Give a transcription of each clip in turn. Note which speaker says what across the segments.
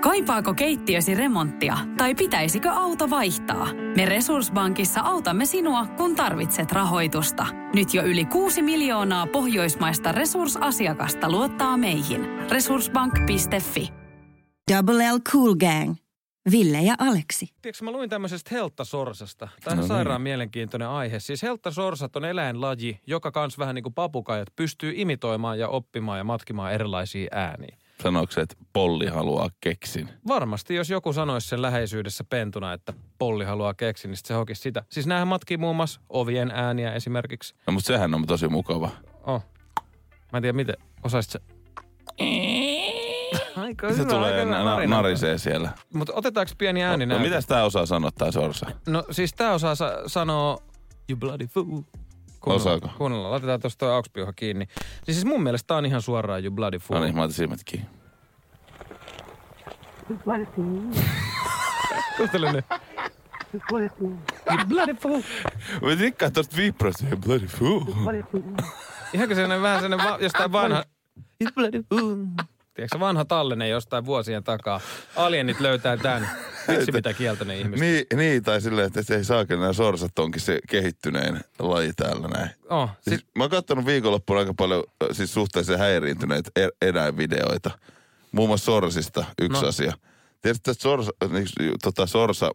Speaker 1: Kaipaako keittiösi remonttia tai pitäisikö auto vaihtaa? Me Resurssbankissa autamme sinua, kun tarvitset rahoitusta. Nyt jo yli 6 miljoonaa pohjoismaista resursasiakasta luottaa meihin. Resurssbank.fi
Speaker 2: Double L Cool Gang. Ville ja Aleksi.
Speaker 3: Tiedätkö, mä luin tämmöisestä helttasorsasta. Tämä on no, sairaan mielenkiintoinen aihe. Siis helttasorsat on eläinlaji, joka kans vähän niin kuin papukaijat pystyy imitoimaan ja oppimaan ja matkimaan erilaisia ääniä.
Speaker 4: Sanoiko se, että Polli haluaa keksin?
Speaker 3: Varmasti, jos joku sanoisi sen läheisyydessä pentuna, että polli haluaa keksi, niin sit se hokisi sitä. Siis näähän matkii muun muassa ovien ääniä esimerkiksi.
Speaker 4: No, mutta sehän on tosi mukava.
Speaker 3: Oh. Mä en tiedä, miten osaisit sä... Aika
Speaker 4: Se
Speaker 3: hyvä,
Speaker 4: tulee
Speaker 3: aika
Speaker 4: ja
Speaker 3: hyvä
Speaker 4: na-
Speaker 3: narina.
Speaker 4: narisee siellä.
Speaker 3: Mutta otetaanko pieni
Speaker 4: No,
Speaker 3: ääni
Speaker 4: no mitäs tää osaa sanoa tää sorsa?
Speaker 3: No siis tää osaa sa- sanoa you bloody fool.
Speaker 4: Osaako?
Speaker 3: Kuunnellaan. Laitetaan tuosta toi aukspiuha kiinni. Niin siis mun mielestä tää on ihan suoraan you bloody
Speaker 4: No
Speaker 3: fool.
Speaker 4: niin, mä otan silmät kiinni.
Speaker 3: Kuuntele nyt. you bloody fool.
Speaker 4: Mä tikkaan tosta viiprosta. Hey, bloody fool.
Speaker 3: Ihankö sellainen vähän sellainen va- jostain vanha... you bloody fool. Tiedätkö se vanha tallenne jostain vuosien takaa? Alienit löytää tän. Vitsi mitä kieltä ne ihmiset.
Speaker 4: Niin, niin, tai silleen, että se ei saakin nämä sorsat onkin se kehittyneen laji täällä näin.
Speaker 3: Oh,
Speaker 4: Siis
Speaker 3: sit,
Speaker 4: mä oon kattonut viikonloppuna aika paljon ö, siis suhteellisen häiriintyneitä er- eläinvideoita. Muun muassa sorsista yksi
Speaker 3: No.
Speaker 4: no. asia. Tiedätkö, että sorsa, niin, tota, sorsa,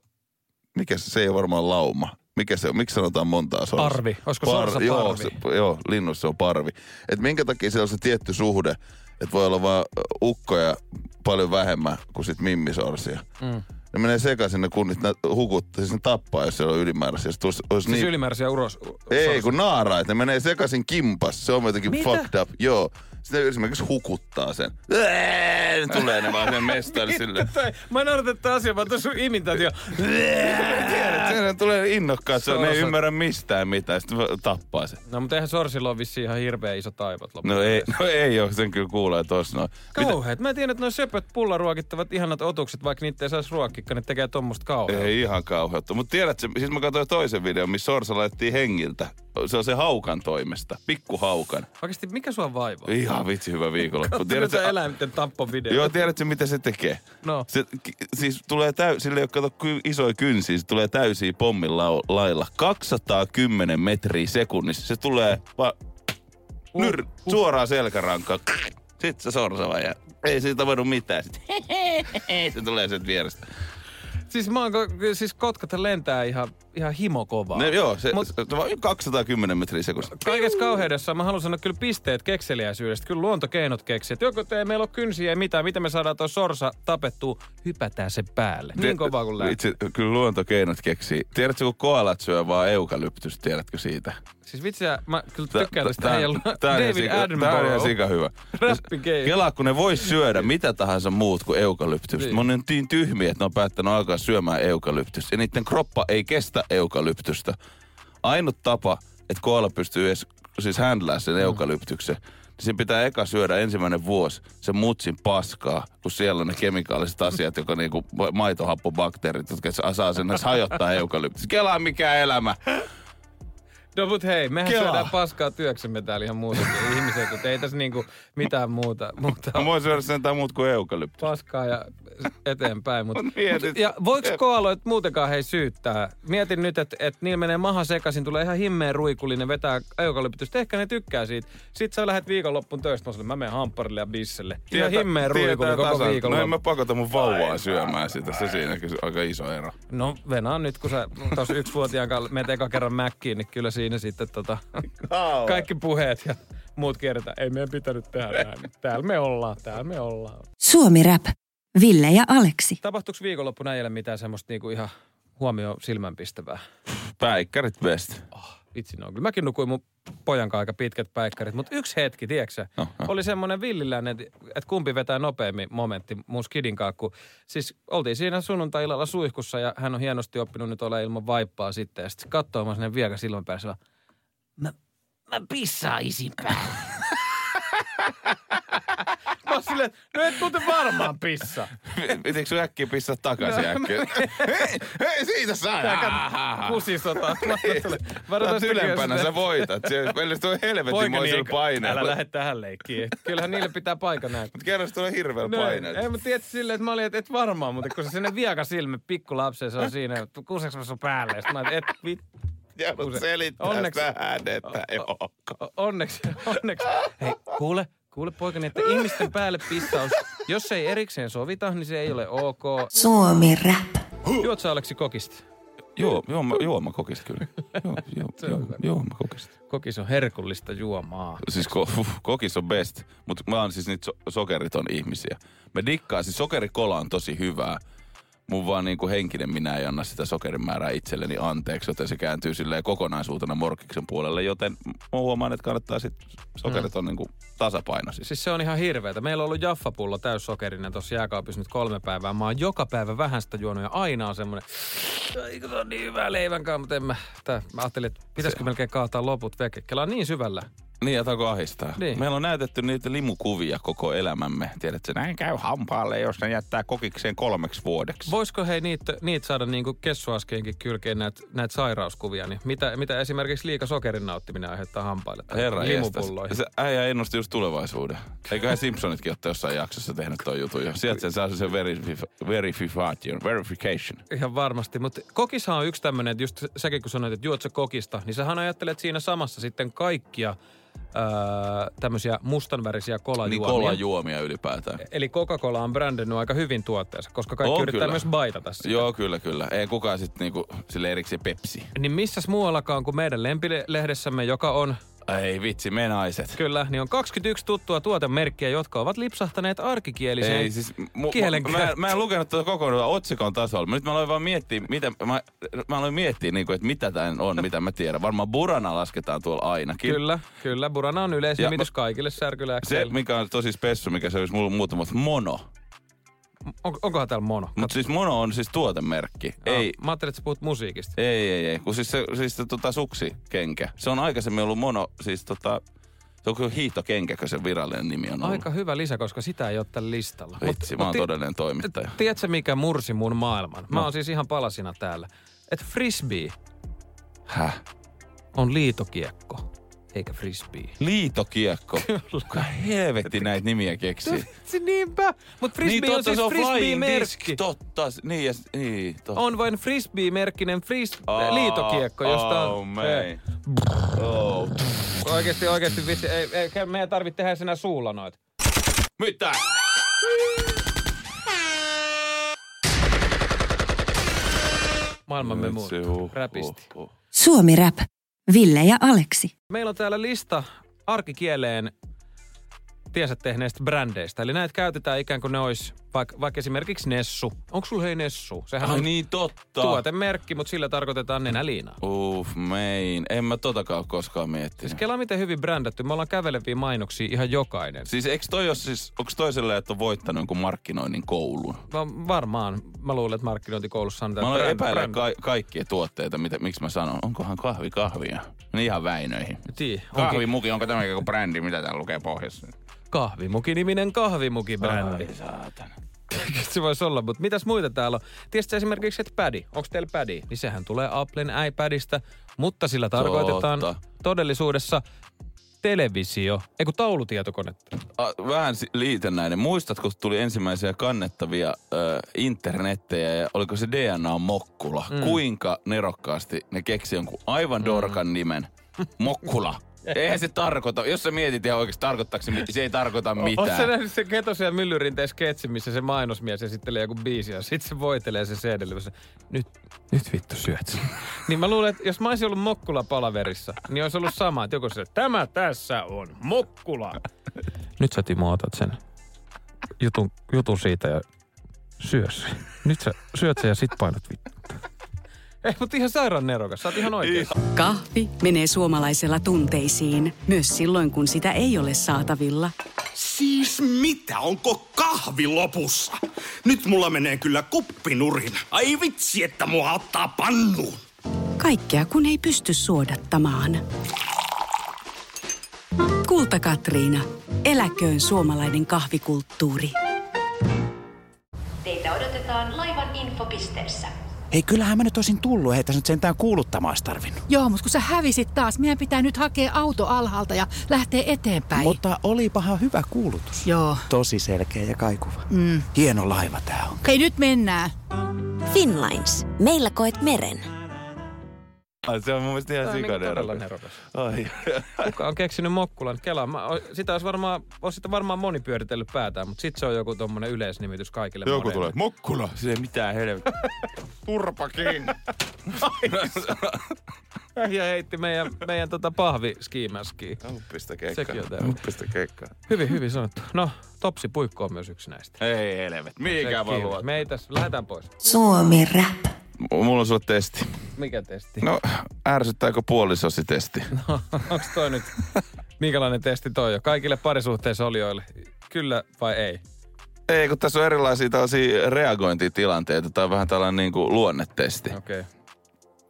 Speaker 4: mikä se, se ei ole varmaan lauma. Mikä se on? Miksi sanotaan montaa sorsaa?
Speaker 3: Parvi. Olisiko sorsa
Speaker 4: Joo,
Speaker 3: parvi? Siis
Speaker 4: se, joo, linnussa on parvi. Et minkä takia siellä on se tietty suhde, että voi olla vaan ö, ukkoja paljon vähemmän kuin sit mimmisorsia. Mm. Ne menee sekaisin ne kunnit, ne hukuttaa, siis ne tappaa, jos siellä on ylimääräisiä. Jos tulisi- olisi
Speaker 3: siis
Speaker 4: niin
Speaker 3: ylimääräisiä uros...
Speaker 4: ei, kun naaraa, että ne menee sekaisin kimpas. Se on jotenkin
Speaker 3: Mitä?
Speaker 4: fucked up. Joo. Sitten ne esimerkiksi hukuttaa sen. Ää, ne Tulee ne vaan sen mestaan sille.
Speaker 3: Toi, Mä noudatan tätä asiaa, vaan tuossa sun imitaatio.
Speaker 4: Tiedät, ne tulee innokkaat, se ne ei
Speaker 3: Sorsat.
Speaker 4: ymmärrä mistään mitään, sitten va- tappaa sen.
Speaker 3: No mutta eihän Sorsilla ole vissiin ihan hirveä iso taivot
Speaker 4: No ei, no ei oo, sen kyllä kuulee tossa noin. Mitä-
Speaker 3: Kauheet. Mä tiedän, että nuo söpöt pullaruokittavat ihanat otukset, vaikka niitä ei saisi ruokikka, ne tekee tommosta kauheaa.
Speaker 4: Ei ihan kauheutta. Mutta tiedätkö, siis mä katsoin toisen videon, missä Sorsa laittiin hengiltä. Se on se Haukan toimesta, pikku Haukan.
Speaker 3: Oikeesti, mikä sua vaivaa?
Speaker 4: Ihan vitsi hyvä viikonloppu.
Speaker 3: Tiedät sä
Speaker 4: Tiedätkö,
Speaker 3: eläinten tappovideo?
Speaker 4: Joo, tiedätkö mitä se tekee?
Speaker 3: No.
Speaker 4: Se, ki- siis tulee täy, sille ei ole ky, isoja kynsiä, se tulee täysiä pommin lau- lailla. 210 metriä sekunnissa. Se tulee vaan
Speaker 3: Uh,
Speaker 4: nyr,
Speaker 3: uh.
Speaker 4: suoraan selkärankaan. Sitten se sorsa vaan jää. Ei siitä tapahdu mitään. Sitten se tulee sen vierestä.
Speaker 3: Siis mä oon, ko- siis kotkat lentää ihan, ihan himokovaa.
Speaker 4: No, joo, se,
Speaker 3: Mut-
Speaker 4: Mut... se, vaan 210 metriä sekunnissa.
Speaker 3: Kaikessa kauheudessa mä haluan sanoa kyllä pisteet kekseliäisyydestä. Kyllä luontokeinot keksi. Että joko te ei meillä ole kynsiä ei mitään, miten me saadaan tuo sorsa tapettua, hypätään sen päälle. Niin kovaa kuin lähtee.
Speaker 4: Itse, kyllä luontokeinot keksii. Tiedätkö, kun koalat syö vaan eukalyptys, tiedätkö siitä?
Speaker 3: Siis vitsiä, mä kyllä
Speaker 4: Tää-
Speaker 3: tykkään tästä
Speaker 4: tää-
Speaker 3: äijällä.
Speaker 4: tää on ihan
Speaker 3: David
Speaker 4: sika- Tää on ihan
Speaker 3: Attenborough.
Speaker 4: sika hyvä.
Speaker 3: Räppikeino.
Speaker 4: Kelaa, kun ne vois syödä mitä tahansa muut kuin eukalyptystä.
Speaker 3: Niin.
Speaker 4: Niin. Mä on niin tyhmiä, että ne on päättänyt alkaa syömään eukalyptystä. Ja niiden kroppa ei kestä eukalyptystä. Ainut tapa, että koala pystyy edes siis händlää sen eukalyptyksen, niin sen pitää eka syödä ensimmäinen vuosi sen mutsin paskaa, kun siellä on ne kemikaaliset asiat, joka niinku ma- maitohappobakteerit, jotka saa- saa sen näissä hajottaa eukalyptys. Kelaa mikä elämä.
Speaker 3: No mut hei, mehän Kela.
Speaker 4: Kelaa.
Speaker 3: syödään paskaa työksemme täällä ihan muutenkin ihmiset, että ei tässä niinku mitään muuta, muuta
Speaker 4: Mä voin syödä sen tai muut kuin eukalyptys.
Speaker 3: paskaa ja eteenpäin. Mut,
Speaker 4: On mietit.
Speaker 3: mut, ja voiko koaloit muutenkaan hei syyttää? Mietin nyt, että et niillä menee maha sekaisin, tulee ihan himmeen ruikullinen, vetää eukalyptystä. Ehkä ne tykkää siitä. Sitten sä lähdet viikonloppuun töistä, mä sanon, mä menen hampparille ja bisselle. Ihan himmeen ruikullinen koko
Speaker 4: tasan. No en
Speaker 3: viikonloppu.
Speaker 4: mä pakota mun vauvaa syömään sitä. Se siinäkin on aika iso ero.
Speaker 3: No Venä nyt, kun sä tuossa yksivuotiaan kanssa menet eka kerran mäkkiin, niin kyllä siinä sitten tota, kaikki puheet ja muut kertaa. Ei meidän pitänyt tehdä näin. Täällä me ollaan, täällä me ollaan.
Speaker 2: Suomi Rap. Ville ja Aleksi.
Speaker 3: Tapahtuiko viikonloppuna äijälle mitään semmoista niinku ihan huomioon silmänpistävää?
Speaker 4: Päikkärit best.
Speaker 3: Ah, Itse on kyllä. Mäkin nukuin mun pojan kanssa aika pitkät päikkärit, mutta yksi hetki, tiedätkö no,
Speaker 4: No,
Speaker 3: no.
Speaker 4: no.
Speaker 3: oli semmoinen villiläinen, että kumpi vetää nopeammin momentti mun skidin kanssa, kun siis oltiin siinä sunnuntai-illalla suihkussa ja hän on hienosti oppinut nyt olla ilman vaippaa sitten ja sitten katsoo mä sinne vieka silmän päässä vaan, mä, mä pissaan isin päälle. mä oon silleen, että no et muuten varmaan pissa.
Speaker 4: Pitikö sun äkkiä pissata takaisin
Speaker 3: No
Speaker 4: äkkiä? hei, hei, siitä saa!
Speaker 3: Kusisota.
Speaker 4: Varoitat ylempänä, sä
Speaker 3: voi.
Speaker 4: voitani. voitat. Se- Meillä tulee helvetimoisella paineella.
Speaker 3: Älä lähde tähän leikkiin. Kyllähän niille pitää paikka näyttää.
Speaker 4: Mut kerran se tulee
Speaker 3: No,
Speaker 4: hirveellä
Speaker 3: ei
Speaker 4: paineella.
Speaker 3: mä tiedä silleen, että mä olin, että et varmaan, mutta kun se sinne viaka silmä pikkulapseen, se on siinä, että kuseeko mä sun päälle? Sitten mä olin, et vit,
Speaker 4: Joudut
Speaker 3: Kuse-
Speaker 4: selittää
Speaker 3: Onneksi-
Speaker 4: tähän, että joo.
Speaker 3: O- onneksi, onneksi. Hei, kuule, kuule poikani, että ihmisten päälle pissaus, jos se ei erikseen sovita, niin se ei ole ok.
Speaker 2: Suomi Rap.
Speaker 3: Juot sä Aleksi kokista?
Speaker 4: Joo, joo, mä, joo, mä kokist kyllä. Joo, joo, joo, joo, mä kokist.
Speaker 3: Kokis on herkullista juomaa.
Speaker 4: Siis ko, kokis on best, mutta mä oon siis niitä so, sokeriton ihmisiä. Mä dikkaan, siis sokerikola on tosi hyvää. Mun vaan niinku henkinen minä ei anna sitä sokerin määrää itselleni anteeksi, joten se kääntyy silleen kokonaisuutena morkiksen puolelle, joten mä huomaan, että kannattaa sit sokerit on niinku tasapaino siis.
Speaker 3: Siis se on ihan hirveetä. Meillä on ollut jaffapullo täyssokerinen tuossa jääkaapissa nyt kolme päivää. Mä oon joka päivä vähän sitä juonut ja aina on semmoinen, eikö se on niin hyvää leivänkaan, mutta en mä, tää, mä ajattelin, että pitäisikö melkein kaataa loput veke. Kela on niin syvällä.
Speaker 4: Niin, jatako ahistaa.
Speaker 3: Niin.
Speaker 4: Niin. Meillä on näytetty niitä limukuvia koko elämämme. Tiedätkö, näin käy hampaalle, jos ne jättää kokikseen kolmeksi vuodeksi.
Speaker 3: Voisiko hei niitä, niitä saada niinku kessuaskeenkin kylkeen näitä näit sairauskuvia, niin mitä, mitä esimerkiksi liika sokerin nauttiminen aiheuttaa hampaille tai
Speaker 4: Herra
Speaker 3: limupulloihin?
Speaker 4: jestas. Se äijä ennusti just tulevaisuuden. Eiköhän Simpsonitkin ole jossain jaksossa tehnyt toi jutun jo. Sieltä sen saa sen verifif- verification. verification.
Speaker 3: Ihan varmasti, mutta kokishan on yksi tämmöinen, että just säkin kun sanoit, että juot sä kokista, niin sähän ajattelet siinä samassa sitten kaikkia ää, tämmöisiä mustanvärisiä
Speaker 4: Niin
Speaker 3: kolajuomia.
Speaker 4: kolajuomia ylipäätään.
Speaker 3: Eli Coca-Cola on brändännyt aika hyvin tuotteensa, koska kaikki
Speaker 4: On
Speaker 3: yrittää
Speaker 4: kyllä.
Speaker 3: myös baitata sitä.
Speaker 4: Joo, kyllä, kyllä. Ei kukaan sitten niinku sille erikseen pepsi.
Speaker 3: Niin missäs muuallakaan kuin meidän lempilehdessämme, joka on
Speaker 4: Ei vitsi, me naiset.
Speaker 3: Kyllä, niin on 21 tuttua tuotemerkkiä, jotka ovat lipsahtaneet arkikieliseen
Speaker 4: Ei siis, mu,
Speaker 3: kielen
Speaker 4: mu, mä, mä en lukenut tuota kokonaan otsikon tasolla. Nyt mä aloin vaan miettiä, mitä, mä, mä aloin miettiä, niin kuin, että mitä tämä on, mitä mä tiedän. Varmaan burana lasketaan tuolla ainakin.
Speaker 3: Kyllä, kyllä. Burana on yleisnimitys kaikille
Speaker 4: Se,
Speaker 3: särkylääkkeille. Mi-
Speaker 4: mikä on tosi spessu, mikä se olisi mulla muutama, mutta mono.
Speaker 3: on, onkohan täällä mono?
Speaker 4: Mutta siis mono on siis tuotemerkki.
Speaker 3: Aa,
Speaker 4: Ei,
Speaker 3: Mä ajattelin, että sä puhut musiikista.
Speaker 4: ei, ei, ei. Kun siis se, siis se tota suksikenkä. Se on aikaisemmin ollut mono, siis tota, se on kuin hiihtokenkä, kun se virallinen nimi on ollut.
Speaker 3: Aika hyvä lisä, koska sitä ei ole tällä listalla.
Speaker 4: No. Vitsi, mä oon
Speaker 3: ti-
Speaker 4: todellinen toimittaja. No.
Speaker 3: Tiedätkö, mikä mursi mun maailman? Mä oon siis ihan palasina täällä. Että frisbee
Speaker 4: Häh?
Speaker 3: on liitokiekko, eikä frisbee.
Speaker 4: Liitokiekko. Kuka helvetti näitä nimiä keksii?
Speaker 3: Se niinpä. Mutta frisbee
Speaker 4: niin,
Speaker 3: on
Speaker 4: totta,
Speaker 3: siis
Speaker 4: se on flying disk.
Speaker 3: frisbee-merkki.
Speaker 4: Totta, s- niin, ja, s- niin, totta.
Speaker 3: On vain frisbee-merkkinen fris-
Speaker 4: Aa,
Speaker 3: liitokiekko, josta on...
Speaker 4: Oh,
Speaker 3: Ei.
Speaker 4: man. Oh.
Speaker 3: Oikeesti, oikeesti vitsi. Ei, ei, ei, meidän tarvitse tehdä sinä suulla noita.
Speaker 4: Mitä?
Speaker 3: Maailmamme muuttuu.
Speaker 4: huh,
Speaker 3: Räpisti.
Speaker 4: huh, huh.
Speaker 2: Suomi Rap. Ville ja Aleksi.
Speaker 3: Meillä on täällä lista arkikieleen tiensä tehneistä brändeistä. Eli näitä käytetään ikään kuin ne olisi, vaikka, vaikka esimerkiksi Nessu. Onko sulla hei Nessu? Sehän
Speaker 4: Ai
Speaker 3: on
Speaker 4: niin, totta.
Speaker 3: tuotemerkki, mutta sillä tarkoitetaan nenäliinaa.
Speaker 4: Uff, mein. En mä totakaan ole koskaan miettinyt.
Speaker 3: Siis Kela miten hyvin brändätty. Me ollaan käveleviä mainoksia ihan jokainen.
Speaker 4: Siis eikö toi jos siis, onks toiselle, että on voittanut jonkun markkinoinnin koulun?
Speaker 3: Va- varmaan. Mä luulen, että markkinointikoulussa on
Speaker 4: Mä aloin epäillä ka- kaikkia tuotteita, mitä, miksi mä sanon. Onkohan kahvi kahvia? Niin ihan Väinöihin.
Speaker 3: Tii, onkin
Speaker 4: Kahvimuki, onko tämä joku brändi, mitä täällä lukee pohjassa?
Speaker 3: kahvimuki-niminen kahvimukibrändi.
Speaker 4: Ai saatana.
Speaker 3: Se voisi olla, mutta mitäs muita täällä on? Tiesitkö esimerkiksi, että pädi, onko teillä pädi? Niin sehän tulee Applen iPadista, mutta sillä tarkoitetaan
Speaker 4: Totta.
Speaker 3: todellisuudessa televisio, ei kun taulutietokonetta.
Speaker 4: A, vähän si- liitännäinen. Muistatko, kun tuli ensimmäisiä kannettavia ö, internettejä ja oliko se DNA-mokkula? Mm. Kuinka nerokkaasti ne keksi jonkun aivan dorkan nimen? Mokkula. Eihän se tarkoita, jos sä mietit ihan oikeasti tarkoittaako se, mit- se ei tarkoita
Speaker 3: Oletko sä
Speaker 4: mitään.
Speaker 3: nähnyt sen Ketosen ja Myllyrinteen sketsin, missä se mainosmies esittelee joku biisi ja sitten se voitelee se cd se, Nyt, nyt vittu syöt. sen." niin mä luulen, että jos mä olisin ollut Mokkula palaverissa, niin olisi ollut sama, että joku se, tämä tässä on, Mokkula. nyt sä Timo otat sen jutun, jutun siitä ja syö se. Nyt sä syöt sen ja sit painat vittu. Ei, mutta ihan sairaan nerokas. Sä oot ihan oikein.
Speaker 5: Kahvi menee suomalaisella tunteisiin, myös silloin kun sitä ei ole saatavilla.
Speaker 6: Siis mitä? Onko kahvi lopussa? Nyt mulla menee kyllä kuppinurin. Ai vitsi, että mua ottaa pannuun.
Speaker 5: Kaikkea kun ei pysty suodattamaan. Kulta Katriina. Eläköön suomalainen kahvikulttuuri.
Speaker 7: Teitä odotetaan laivan infopisteessä.
Speaker 8: Hei, kyllähän mä nyt olisin tullut. Ei tässä nyt sentään kuuluttamaan olisi tarvinnut.
Speaker 9: Joo, mutta kun sä hävisit taas, meidän pitää nyt hakea auto alhaalta ja lähteä eteenpäin.
Speaker 8: Mutta olipahan hyvä kuulutus.
Speaker 9: Joo.
Speaker 8: Tosi selkeä ja kaikuva. Mm. Hieno laiva tää on.
Speaker 9: Hei, nyt mennään.
Speaker 10: Finlines. Meillä koet meren.
Speaker 4: Ai, Se on mun mielestä ihan
Speaker 3: Tämä on niinku
Speaker 4: sikan
Speaker 3: todella
Speaker 4: erokas.
Speaker 3: nerokas.
Speaker 4: Ai.
Speaker 3: Kuka on keksinyt Mokkulan? Kela, mä, o- sitä olisi varmaan, olisi sitä varmaan moni pyöritellyt päätään, mutta sit se on joku tommonen yleisnimitys kaikille
Speaker 4: Joku
Speaker 3: moreille.
Speaker 4: tulee, Mokkula. Se ei mitään helvettiä. Turpakin.
Speaker 3: Ja heitti meidän, meidän tota pahviskiimäskiin.
Speaker 4: Uppista keikkaa.
Speaker 3: Sekin on täynnä.
Speaker 4: Uppista keikkaa.
Speaker 3: Hyvin, hyvin sanottu. No, Topsi Puikko on myös yksi näistä.
Speaker 4: Ei helvet. Mikä
Speaker 3: Sekin.
Speaker 4: valua.
Speaker 3: Me ei tässä, lähdetään pois.
Speaker 2: Suomi Rap.
Speaker 4: Mulla on sulle testi.
Speaker 3: Mikä testi? No,
Speaker 4: No, ärsyttääkö puolisosi testi?
Speaker 3: Onks toi nyt, minkälainen testi toi on? Kaikille parisuhteessa olijoille, kyllä vai ei?
Speaker 4: Ei, kun tässä on erilaisia tällaisia reagointitilanteita. Tämä on vähän tällainen niin kuin luonnetesti.
Speaker 3: Okei. Okay.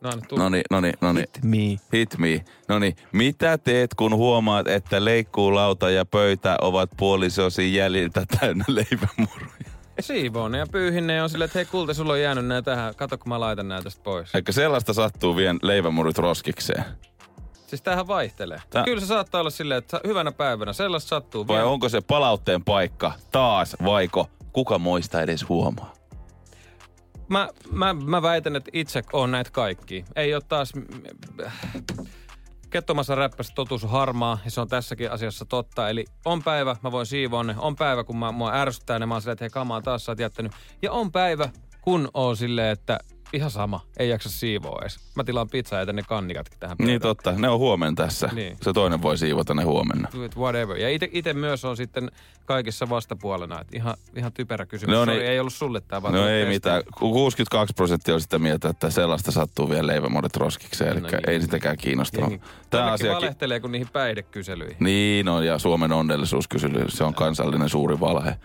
Speaker 3: No, anna tulla.
Speaker 4: No niin, no niin, no niin. Hit me. Hit me. No niin, mitä teet, kun huomaat, että leikkuulauta ja pöytä ovat puolisosi jäljiltä täynnä leipämuruja?
Speaker 3: Siivoon ja pyyhinne on silleen, että hei kulta, sulla on jäänyt nää tähän. Kato, kun mä laitan nää tästä pois.
Speaker 4: Eikä sellaista sattuu vien leivämurut roskikseen.
Speaker 3: Siis tämähän vaihtelee.
Speaker 4: Tää-
Speaker 3: Tää. Kyllä se saattaa olla silleen, että hyvänä päivänä sellaista sattuu.
Speaker 4: Vai
Speaker 3: vielä.
Speaker 4: onko se palautteen paikka taas, vaiko kuka moista edes huomaa?
Speaker 3: Mä, mä, mä väitän, että itse on näitä kaikki. Ei ole taas... Kettomassa räppässä totuus on harmaa ja se on tässäkin asiassa totta. Eli on päivä, mä voin siivoa ne. On päivä, kun mä, mua ärsyttää ne. Mä oon silleen, että hei kamaa taas sä oot jättänyt. Ja on päivä, kun on silleen, että ihan sama. Ei jaksa siivoa edes. Mä tilaan pizzaa ja tänne kannikatkin tähän
Speaker 4: Niin totta, ne on huomenna tässä.
Speaker 3: Niin.
Speaker 4: Se toinen voi siivota ne huomenna.
Speaker 3: Do it whatever. Ja itse myös on sitten kaikissa vastapuolena. Et ihan, ihan typerä kysymys.
Speaker 4: No
Speaker 3: No,
Speaker 4: niin.
Speaker 3: Sori, ei ollut sulle tämä vaan
Speaker 4: No
Speaker 3: tuli
Speaker 4: ei
Speaker 3: testi.
Speaker 4: mitään. Ku- 62 prosenttia on sitä mieltä, että sellaista sattuu vielä leivämuodot roskikseen, eli
Speaker 3: No niin.
Speaker 4: ei sitäkään kiinnostavaa.
Speaker 3: Jengi-
Speaker 4: Tämä
Speaker 3: Jonnekin
Speaker 4: asiakin...
Speaker 3: valehtelee kuin niihin päihdekyselyihin.
Speaker 4: Niin on, ja Suomen onnellisuuskysely, se on kansallinen suuri valhe.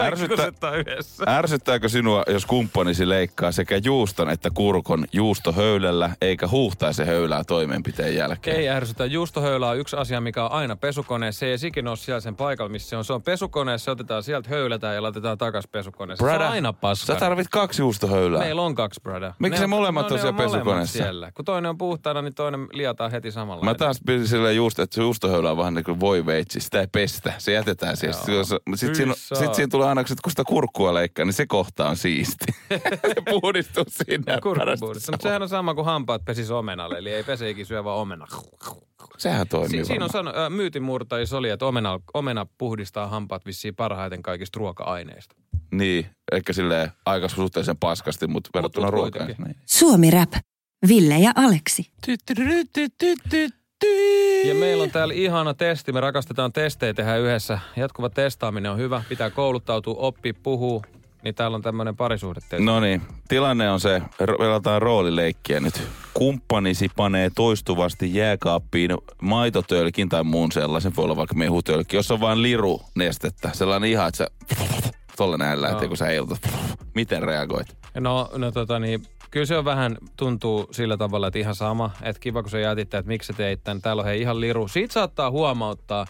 Speaker 4: Ärsyttä,
Speaker 3: Kusettaa yhdessä.
Speaker 4: ärsyttääkö sinua, jos kumppanisi leikkaa sekä juuston että kurkon juustohöylällä, eikä huuhtaisi höylää toimenpiteen jälkeen?
Speaker 3: Ei ärsytä. Juustohöylä on yksi asia, mikä on aina pesukoneessa. Se ei sikin ole siellä sen paikalla, missä se on. Se on pesukoneessa, se otetaan sieltä, höylätään ja laitetaan takas pesukoneessa. se
Speaker 4: Brada,
Speaker 3: on aina paska.
Speaker 4: Sä tarvit kaksi juustohöylää.
Speaker 3: Meillä on kaksi brada. Ne- no
Speaker 4: Miksi ne molemmat on
Speaker 3: ne
Speaker 4: siellä
Speaker 3: molemmat
Speaker 4: pesukoneessa?
Speaker 3: Siellä. Kun toinen on puhtaana, niin toinen liataan heti samalla.
Speaker 4: Mä taas pidin silleen just, että se juustohöylä on vähän niin kuin voi veitsi, sitä ei pestä, se jätetään siihen. Sitten, jos, sit,
Speaker 3: Hyi
Speaker 4: siinä,
Speaker 3: saa.
Speaker 4: sit siinä tulee aina, että kun sitä kurkkua leikkaa, niin se kohta on siisti. se puhdistuu siinä. ja parasta
Speaker 3: Kurkkupuudista.
Speaker 4: se on.
Speaker 3: Mutta sehän on sama kuin hampaat pesis omenalle, eli ei pese ikin syö vaan omena.
Speaker 4: Sehän toimii
Speaker 3: Si- siinä on
Speaker 4: varmaan.
Speaker 3: sano, ö, myytinmurtajissa oli, että omena, omena puhdistaa hampaat vissiin parhaiten kaikista ruoka-aineista.
Speaker 4: Niin, ehkä silleen aika suhteellisen paskasti, mutta verrattuna
Speaker 3: mut
Speaker 4: ruokaan.
Speaker 3: kuitenkin.
Speaker 4: Niin.
Speaker 2: Suomi Rap. Ville ja Aleksi.
Speaker 3: Ja meillä on täällä ihana testi. Me rakastetaan testejä tehdä yhdessä. Jatkuva testaaminen on hyvä. Pitää kouluttautua, oppia, puhua. Niin täällä on tämmöinen parisuhdetesti.
Speaker 4: No niin, tilanne on se, ro- pelataan roolileikkiä nyt. Kumppanisi panee toistuvasti jääkaappiin maitotölkin tai muun sellaisen, voi olla vaikka mehutölkki, jossa on vain liru nestettä. Sellainen ihan, että sä tolla näin lähtee,
Speaker 3: Joo.
Speaker 4: kun sä heilutat. Miten reagoit?
Speaker 3: No, no tota niin, kyllä se on vähän, tuntuu sillä tavalla, että ihan sama. Että kiva, kun sä jätit, tän, että miksi sä teit tän. Täällä on hei ihan liru. Siitä saattaa huomauttaa.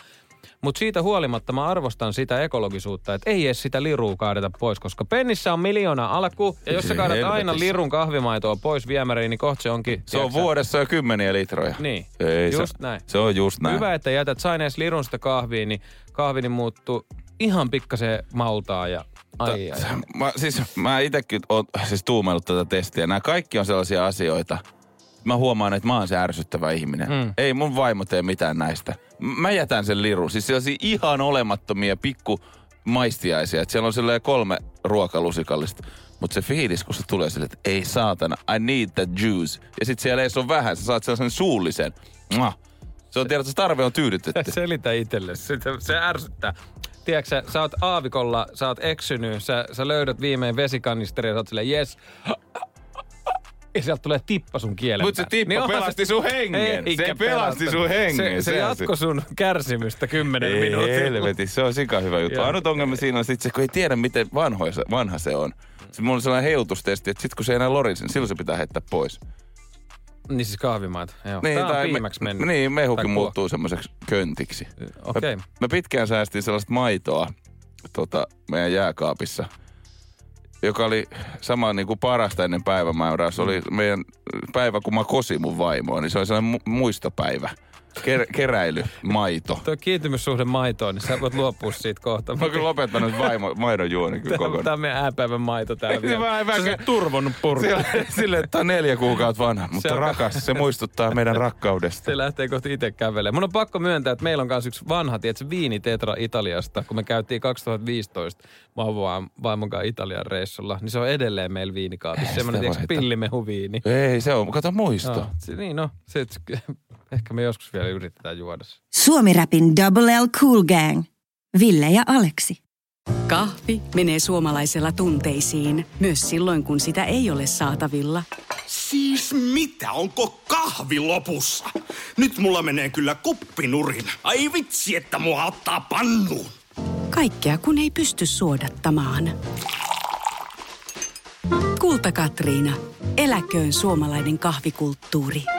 Speaker 3: Mutta siitä huolimatta mä arvostan sitä ekologisuutta, että ei edes sitä lirua kaadeta pois, koska pennissä on miljoona alku. Ja jos sä kaadat aina
Speaker 4: Helvetissä.
Speaker 3: lirun kahvimaitoa pois viemäriin, niin kohta se onkin...
Speaker 4: Se on
Speaker 3: tiedätkö sä,
Speaker 4: vuodessa jo kymmeniä litroja.
Speaker 3: Niin.
Speaker 4: Ei,
Speaker 3: Just
Speaker 4: se,
Speaker 3: näin.
Speaker 4: Se on just näin.
Speaker 3: Hyvä, että jätät sain edes lirun sitä kahviin, niin kahvini muuttuu ihan pikkasen maltaa ja ai, ai.
Speaker 4: Mä, siis, mä itsekin oon siis tuumaillut tätä testiä. Nämä kaikki on sellaisia asioita. Mä huomaan, että mä oon se ärsyttävä ihminen. Mm. Ei mun vaimo tee mitään näistä. M- Mä jätän sen liru. Siis sellaisia ihan olemattomia pikku maistiaisia. Et siellä on silleen kolme ruokalusikallista. Mutta se fiilis, kun se tulee sille, että ei saatana, I need that juice. Ja sit siellä ei se ole vähän, sä saat sellaisen suullisen. Mwah. Se on tiedät, että se tarve on tyydytetty.
Speaker 3: Selitä itsellesi, sitä, se ärsyttää. Tiedätkö, sä, sä oot aavikolla, sä oot eksynyt, sä, sä löydät viimein vesikanisterin ja sä oot silleen, yes. Ja sieltä tulee tippa sun Niin kielen
Speaker 4: Mut se
Speaker 3: päälle.
Speaker 4: tippa
Speaker 3: onhan
Speaker 4: pelasti sun hengen.
Speaker 3: Eikä
Speaker 4: Se pelasti
Speaker 3: pelasta.
Speaker 4: sun hengen,
Speaker 3: Se, se
Speaker 4: sehän
Speaker 3: jatko
Speaker 4: se-
Speaker 3: sun kärsimystä kymmenen minuuttia.
Speaker 4: Helvetissä, se on sika hyvä juttu.
Speaker 3: Joo.
Speaker 4: Ainut ongelma siinä on sit se, kun ei tiedä, miten vanho se, vanha se on. Sitten mulla on sellainen heilutustesti, että sit kun se ei enää lorisi, niin silloin se pitää heittää pois.
Speaker 3: Niin siis kahvimaita. Joo.
Speaker 4: Niin,
Speaker 3: Niin, Tämä on
Speaker 4: me-
Speaker 3: viimeksi mennyt.
Speaker 4: Niin, mehukin
Speaker 3: Tai kuo-
Speaker 4: muuttuu semmoiseksi köntiksi.
Speaker 3: Okei.
Speaker 4: Mä, mä pitkään säästin sellaista maitoa tota, meidän jääkaapissa, joka oli sama niin kuin parasta ennen päivämäärää. Se
Speaker 3: Mm.
Speaker 4: oli meidän päivä, kun mä kosin mun vaimoa, niin se oli sellainen mu- muistopäivä. Ker- keräilymaito.
Speaker 3: Tuo kiintymyssuhde maitoon, niin sä voit luopua siitä kohta.
Speaker 4: Mä oon kyllä lopettanut vaimo, maidon juoni
Speaker 3: Tämä,
Speaker 4: kyllä
Speaker 3: tämä
Speaker 4: kokonaan.
Speaker 3: on meidän ääpäivän maito täällä.
Speaker 4: Niin, mä en
Speaker 3: vielä. Sä
Speaker 4: mäkään-
Speaker 3: oot turvonnut purkki.
Speaker 4: Sille- Sille, että on neljä kuukautta vanha, mutta
Speaker 3: alkaa-
Speaker 4: rakas, se muistuttaa meidän rakkaudesta.
Speaker 3: Se lähtee kohti itse kävelemään. Mun on pakko myöntää, että meillä on myös yksi vanha, tiedätkö, viinitetra Italiasta, kun me käytiin 2015 vauvaan vaimon kanssa Italian reissulla, niin se on edelleen meillä viinikaapissa.
Speaker 4: Ei
Speaker 3: Semmoinen,
Speaker 4: sitä
Speaker 3: tiedätkö,
Speaker 4: voi heittää.
Speaker 3: pillimehuviini.
Speaker 4: Ei, se on, kato muisto.
Speaker 3: Joo, se, niin no, se, se- ehkä me joskus vielä yritetään juoda se.
Speaker 2: Suomi-räpin Double L Cool Gang. Ville ja Aleksi.
Speaker 5: Kahvi menee suomalaisella tunteisiin, myös silloin kun sitä ei ole saatavilla.
Speaker 6: Siis mitä, onko kahvi lopussa? Nyt mulla menee kyllä kuppinurin. Ai vitsi, että mua ottaa pannuun.
Speaker 5: Kaikkea kun ei pysty suodattamaan. Kulta Katriina, eläköön suomalainen kahvikulttuuri.